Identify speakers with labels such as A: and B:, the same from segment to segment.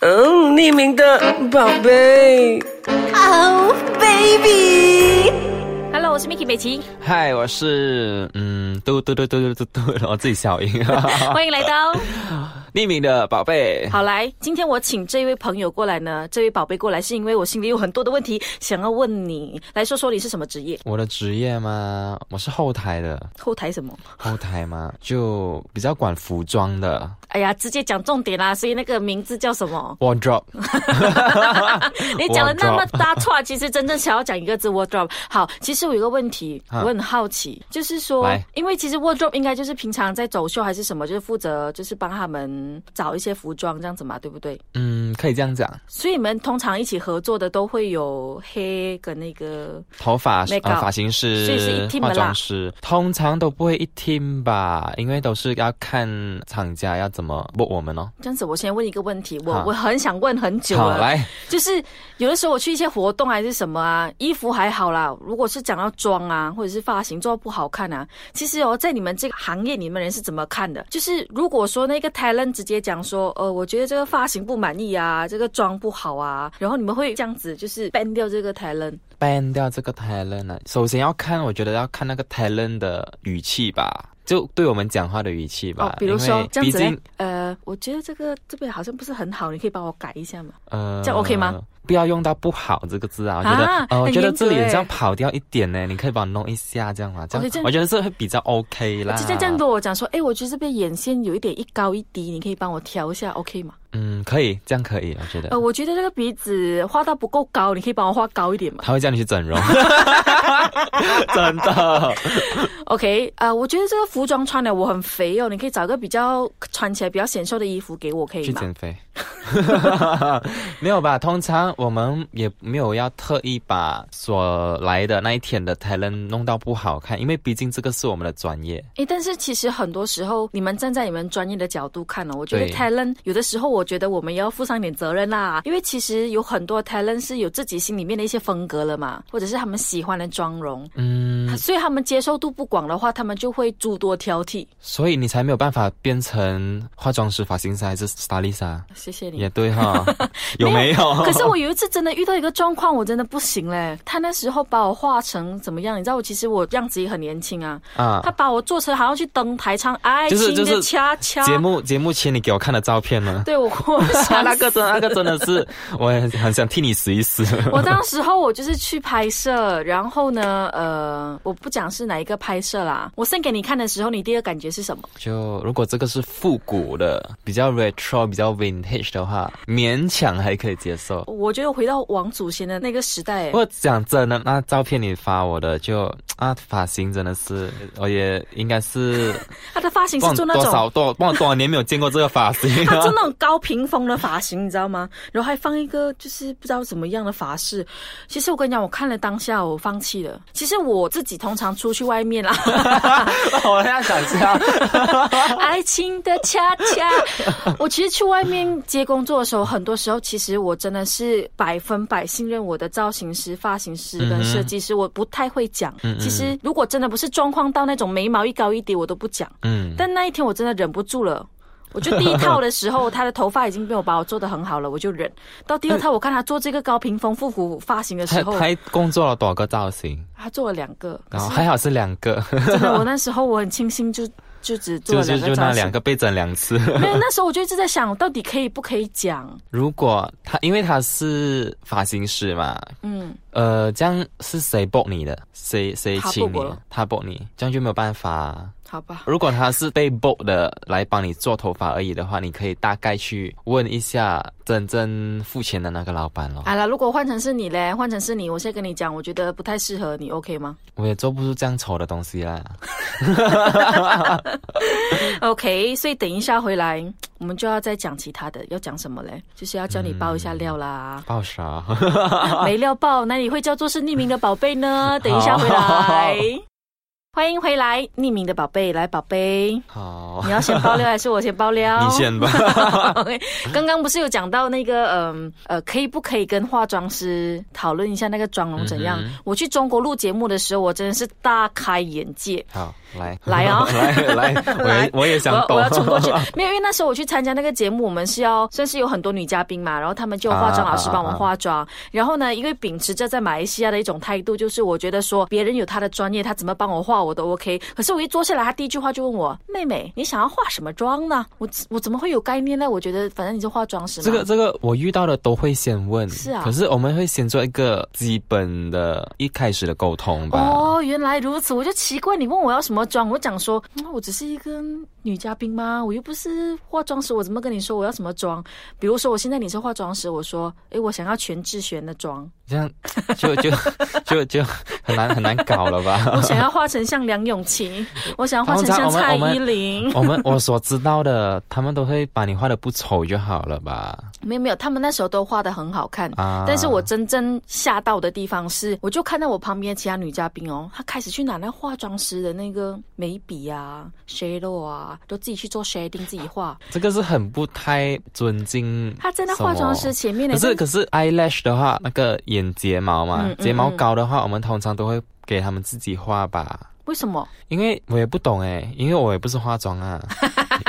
A: 嗯，匿名的宝贝。
B: Oh baby，
C: Hello，我是 Miki 北晴，
D: 嗨，我是嗯，嘟嘟嘟嘟嘟嘟嘟，然后自己消 音。
C: 欢迎来到。
D: 匿名的宝贝，
C: 好来，今天我请这位朋友过来呢，这位宝贝过来，是因为我心里有很多的问题想要问你，来说说你是什么职业，
D: 我的职业吗？我是后台的，
C: 后台什么？
D: 后台嘛，就比较管服装的
C: 哎呀，直接讲重点啦，所以那个名字叫什么？
D: wardrobe。
C: 你讲了那么大串，其实真正想要讲一个字 wardrobe。好，其实我有一个问题，我
D: 啊
C: 很好奇，就是说
D: 来，
C: 因为其实 wardrobe 应该就是平常在走秀还是什么，就是负责就是帮他们找一些服装这样子嘛，对不对？
D: 嗯，可以这样讲，
C: 所以你们通常一起合作的都会有黑跟那个
D: 头发
C: Makeup
D: 呃发型
C: 所以是一
D: 师
C: team、的啦
D: 化妆师，通常都不会一 team 吧，因为都是要看厂家要怎么 book 我们哦。
C: 这样子，我先问一个问题，我
D: 好
C: 我很想问很久
D: 好，
C: 了，
D: 来，
C: 就是有的时候我去一些活动还是什么啊，衣服还好啦，如果是讲到妆啊，或者是发型做到不好看啊，其实哦，在你们这个行业，你们人是怎么看的？就是如果说那个 talent 直接讲说，呃，我觉得这个发型不满意啊，这个妆不好啊，然后你们会这样子就是 ban 掉这个 talent，
D: ban 掉这个 talent 呢、首先要看，我觉得要看那个 talent 的语气吧，就对我们讲话的语气吧。
C: 哦，比如
D: 啊因
C: 说
D: 为
C: 这样
D: 毕
C: 子嘞
D: 竟，
C: 呃，我觉得这个这边好像不是很好，你可以帮我改一下吗？
D: 呃，
C: 这样 OK 吗？
D: 不要用到“不好”这个字啊，我觉得，
C: 啊
D: 呃，我
C: 很
D: 觉得
C: 严格
D: 这里
C: 欸
D: 这样跑掉一点呢，你可以帮我弄一下这样嘛，这
C: OK，这哦样
D: 样我觉得这会比较 OK 啦。
C: 直接这样跟我讲说，哎，我觉得这边眼线有一点一高一低，你可以帮我调一下，OK 吗？
D: 嗯，可以，这样可以，我觉得
C: 呃，我觉得那个鼻子画到不够高，你可以帮我画高一点吗
D: 他会叫你去整 容，真的。
C: ？OK，呃，我觉得这个服装穿的我很肥哦，你可以找一个比较穿起来比较显瘦的衣服给我，可以
D: 去
C: 吗？
D: 减肥， 没有吧？通常我们也没有要特意把所来的那一天的 talent 弄到不好看，因为毕竟这个是我们的专业。
C: 诶，但是其实很多时候，你们站在你们专业的角度看呢、我觉得
D: 对
C: talent 有的时候，我觉得我们也要负上一点责任啦，因为其实有很多 talent 是有自己心里面的一些风格了嘛，或者是他们喜欢的妆容，
D: 嗯，
C: 所以他们接受度不广的话，他们就会诸多挑剔。
D: 所以你才没有办法变成化妆师、发型师还是 stylist 啊？
C: 谢谢你。
D: 也对哈，有没有？
C: 可是我有一次真的遇到一个状况，我真的不行嘞。他那时候把我画成怎么样？你知道我其实我样子也很年轻啊。
D: 啊
C: 他，把我做成好像去登台唱《爱情
D: 就
C: 的
D: 是
C: 恰恰》
D: 节目节目前你给我看的照片呢？
C: 对我，我
D: 他
C: 想
D: 那个真那个真的是，我很很想替你死一死。
C: 我当时候我就是去拍摄，然后呢，呃，我不讲是哪一个拍摄啦。我送给你看的时候，你第二感觉是什么？
D: 就如果这个是复古的，比较 retro、比较 vintage 的话，勉强还可以接受。
C: 我觉得回到王祖贤的那个时代
D: 不，过讲真的，那照片你发我的就啊，发型真的是，我也应该是
C: 他的发型是
D: 忘
C: 做那
D: 多
C: 种
D: 少多忘多少年没有见过这个发型
C: 他做
D: 了。
C: 那种高屏风的发型，你知道吗？然后还放一个就是不知道怎么样的发饰。其实我跟你讲，我看了当下，我放弃了。其实我自己通常出去外面啊啦，
D: 我要想笑，
C: 爱情的恰恰。我其实去外面接工作的时候，很多时候其实我真的是百分百信任我的造型师、发型师跟设计师，我不太会讲。其实如果真的不是状况到那种眉毛一高一低，我都不讲。
D: 嗯，
C: 但那一天我真的忍不住了。我就第一套的时候，他的头发已经被我把我做的很好了，我就忍。到第二套，我看他做这个高屏风复古发型的时
D: 他
C: 候，
D: 他工作了多少个造型？
C: 他做了两个，可
D: 然后
C: 是
D: 还好是两个，
C: 真的，我那时候我很庆幸就，就只做
D: 就
C: 了
D: 就
C: 两
D: 就
C: 个
D: 那
C: 造
D: 两
C: 型。
D: 个被整两次。
C: 没有，那时候我就一直在想，到底可以不可以讲？
D: 如果他因为他是发型师嘛，
C: 嗯，
D: 呃，这样是谁 book 你的？谁谁
C: 他
D: 请
C: book
D: 你
C: 我了？
D: 他 book 你，这样就没有办法啊、
C: 好吧。
D: 如果他是被 book 的来帮你做头发而已的话，你可以大概去问一下真正付钱的那个老板咯。
C: 好了，如果换成是你嘞，换成是你，我现在跟你讲，我觉得不太适合你，OK 吗
D: 我也做不出这样丑的东西啊啦。
C: ？OK，所以等一下回来，我们就要再讲其他的，要讲什么嘞？就是要叫你爆一下料啦。
D: 爆 啥？
C: 没料爆，那你会叫做是匿名的宝贝呢？等一下回来。欢迎回来，匿名的宝贝，来宝 贝，
D: 好，
C: 你要先爆料还是我先爆料？
D: 你 先吧。
C: 刚刚不是有讲到那个嗯呃，可以不可以跟化妆师讨论一下那个妆容怎样？
D: 嗯哼
C: 我去中国录节目的时候，我真的是大开眼界。
D: 好，来
C: 来哦
D: 来 来，我也我也想
C: 我
D: 懂，
C: 我要冲过 去，没有，因为那时候我去参加那个节目，我们是要算是有很多女嘉宾嘛，然后他们就有化妆老师帮我
D: 啊
C: 们化妆。然后呢，因为秉持着在马来西亚的一种态度，就是我觉得说别人有他的专业，他怎么帮我化我都 OK。可是我一坐下来，他第一句话就问我：“妹妹，你想要化什么妆呢？”我我怎么会有概念呢？我觉得反正你是化妆师嘛。
D: 这个这个我遇到的都会先问，
C: 是啊
D: 可是我们会先做一个基本的一开始的沟通吧。
C: 哦，原来如此，我就奇怪你问我要什么妆，我讲说、嗯、我只是一个女嘉宾嘛，我又不是化妆师，我怎么跟你说我要什么妆？比如说我现在你是化妆师，我说诶，我想要全智贤的 妆，
D: 这样就 就就就很难很难搞了吧？
C: 我想要化成像梁咏 琪，我想要化成像
D: 通常
C: 蔡
D: 我们
C: 依林。
D: 我们我所知道的，他们都会把你画的不丑就好了吧？
C: 没有没有，他们那时候都画的很好看，
D: 啊
C: 但是我真正吓到的地方是，我就看到我旁边其他女嘉宾哦，她开始去拿那化妆师的那个眉笔啊、shadow 啊，都自己去做 shading，自己画。
D: 这个是很不太尊敬。
C: 她站在化妆师。前面呢，
D: 可是可是 eyelash 的话，那个眼睫毛嘛，
C: 嗯嗯
D: 睫毛膏的话，我们通常都会给他们自己画吧。
C: 为什么？
D: 因为我也不懂哎，因为我也不是化妆 啊，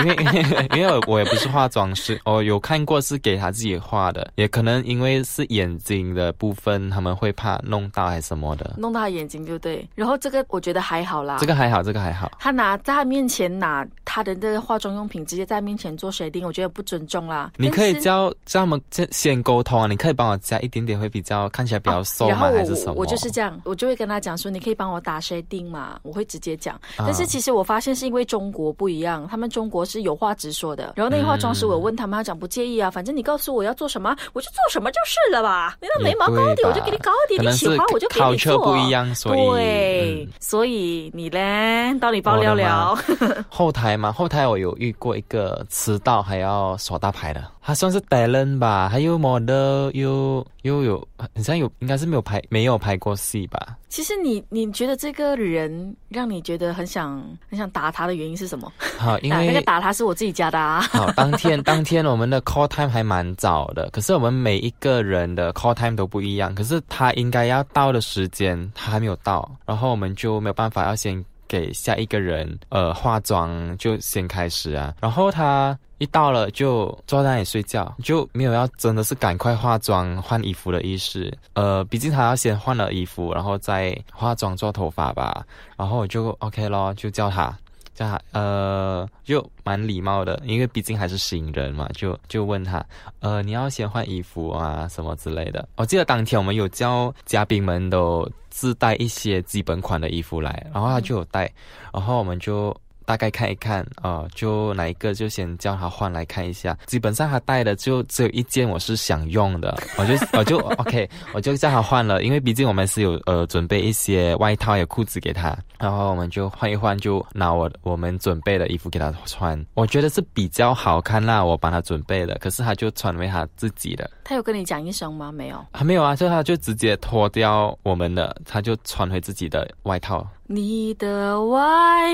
D: 因为 因为我也不是化妆师，我有看过是给他自己画的，也可能因为是眼睛的部分，他们会怕弄到还是什么的。
C: 弄到她眼睛就对。然后这个我觉得还好啦。
D: 这个还好，这个还好。
C: 他拿在他面前拿他的这个化妆用品，直接在他面前做 shading，我觉得不尊重啦。
D: 你可以
C: 但是
D: 教教他们先先沟通啊，你可以帮我加一点点，会比较看起来比较瘦
C: 哦然
D: 吗？
C: 后
D: 还是什么？
C: 我我就是这样，我就会跟他讲说，你可以帮我打 shading 嘛，我会直接讲。
D: 啊
C: 但是其实我发现是因为中国不一样，他们中国是有话直说的。然后那个化妆师我问他们，他讲不介意啊，反正你告诉我要做什么，我就做什么就是了吧。你那眉毛高一
D: 也对
C: 点，
D: 吧
C: 我就给你高一点；
D: 可
C: 你
D: 能
C: 喜
D: 是
C: 欢我就给你
D: culture
C: 做。
D: 不一样，所以
C: 对
D: 嗯，
C: 所以你嘞，到你爆料
D: 我
C: 了，
D: 后台嘛，后台我有遇过一个迟到还要耍大牌的，他算是 talent 吧，他又 model 又又有，好像有应该是没有拍没有拍过戏吧，
C: 其实你你觉得这个人让你觉得很想很想打他的原因是什么？
D: 好，因
C: 啊 那个
D: 为。
C: 打他是我自己加的啊。
D: 好，当天 当天我们的 call time 还蛮早的，可是我们每一个人的 call time 都不一样，可是他应该要到的时间他还没有到，然后我们就没有办法要先给下一个人呃化妆就先开始啊，然后他。一到了就坐在那里睡觉，就没有要真的是赶快化妆换衣服的意识。呃，毕竟他要先换了衣服，然后再化妆做头发吧。然后我就 OK 咯，就叫他，叫他呃，就蛮礼貌的，因为毕竟还是新人嘛，就就问他，呃，你要先换衣服啊什么之类的。我记得当天我们有叫嘉宾们都自带一些基本款的衣服来，然后他就有带，然后我们就。大概看一看啊、呃就哪一个就先叫他换来看一下。基本上他带的就只有一件我是想用的，我就我就 OK，我就叫他换了，因为毕竟我们是有呃准备一些外套、有裤子给他，然后我们就换一换，就拿我我们准备的衣服给他穿。我觉得是比较好看啦，我帮他准备的，可是他就穿为他自己的。
C: 他有跟你讲一声吗？没有。
D: 还、没有啊，就他就直接脱掉我们的，他就穿回自己的外套，
C: 你的外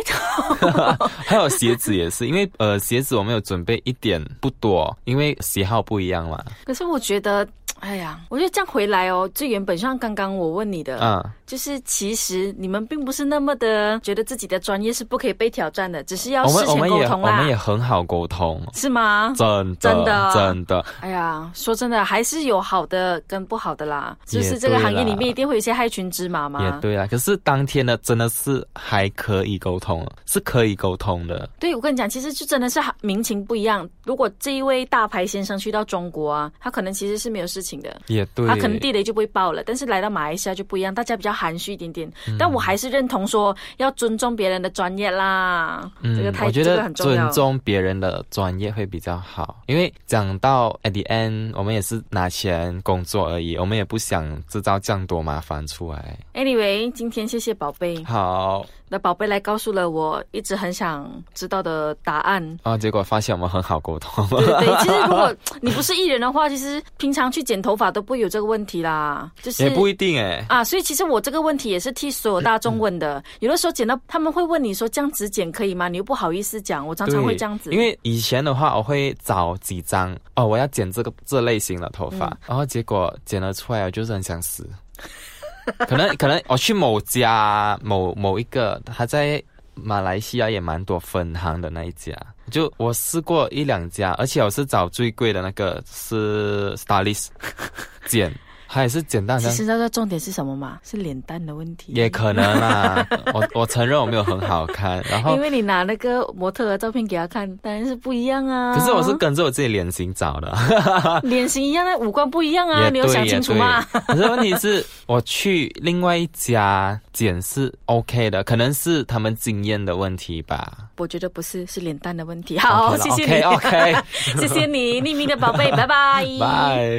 C: 套，
D: 还有鞋子也是，因为呃鞋子我们有准备一点不多，因为喜好不一样嘛。
C: 可是我觉得，哎呀，我觉得这样回来哦，就原本像刚刚我问你的，
D: 嗯，
C: 就是其实你们并不是那么的觉得自己的专业是不可以被挑战的，只是要
D: 我
C: 哦事
D: 们我
C: 前
D: 们
C: 沟
D: 也
C: 通
D: 我们也
C: 啦，
D: 很好沟通，
C: 是吗？
D: 真的
C: 真的
D: 真的
C: 哎呀，说真的，还是有好的跟不好的啦，就
D: 也
C: 是这个
D: 对
C: 行业
D: 啦
C: 里面一定会有一些害群之马嘛。
D: 也对啊。可是当天呢，真的是还可以沟通，是可以沟通的。
C: 对，我跟你讲，其实就真的是民情不一样。如果这一位大牌先生去到中国啊，他可能其实是没有事情的，
D: 也对，
C: 他可能地雷就不会爆了，但是来到马来西亚就不一样，大家比较含蓄一点点。
D: 嗯
C: 但我还是认同说要尊重别人的专业啦，这个太
D: 嗯我觉
C: 这个
D: 得
C: 很重要
D: 尊。重别人的专业会比较好，因为讲到 at the end，我们也是拿钱工作而已，我们也不想制造这样多麻烦出来。
C: Anyway，今天谢谢宝贝，
D: 好
C: 那宝贝来告诉了我一直很想知道的答案。
D: 啊，结果发现我们很好沟通。
C: 对对对，其实如果你不是艺人的话，其实平常去剪剪头发都不会有这个问题啦，就是
D: 也不一定哎、
C: 啊，所以其实我这个问题也是替所有大众问
D: 嗯
C: 的。有的时候剪到他们会问你说这样子剪可以吗？你又不好意思讲，我常
D: 对，
C: 常会这样子。
D: 因为以前的话，我会找几张哦，我要剪这个这类型的头发，
C: 嗯
D: 然后结果剪了出来，我就是很想死。 可能可能我去某家某某一个，他在马来西亚也蛮多分行的那一家，就我试过一两家，而且我是找最贵的那个是 Stylist 剪， 还是剪到好
C: 其
D: 像
C: 实那个重点是什么嘛？是脸蛋的问题。啊
D: 也可能啦，我 我承认我没有很好看，然后
C: 因为啊你拿那个模特的照片给他看，当然是不一样啊。
D: 可是我是跟着我自己脸型找的。
C: 脸型一样，但五官不一样啊，你有想清楚吗？
D: 也对？可是问题是，我去另外一家剪是 OK 的，可能是他们经验的问题吧。
C: 我觉得不是，是脸哦 蛋的问题。好，谢谢你
D: OK，OK
C: 谢谢你，匿名的宝贝，拜拜，
D: 拜。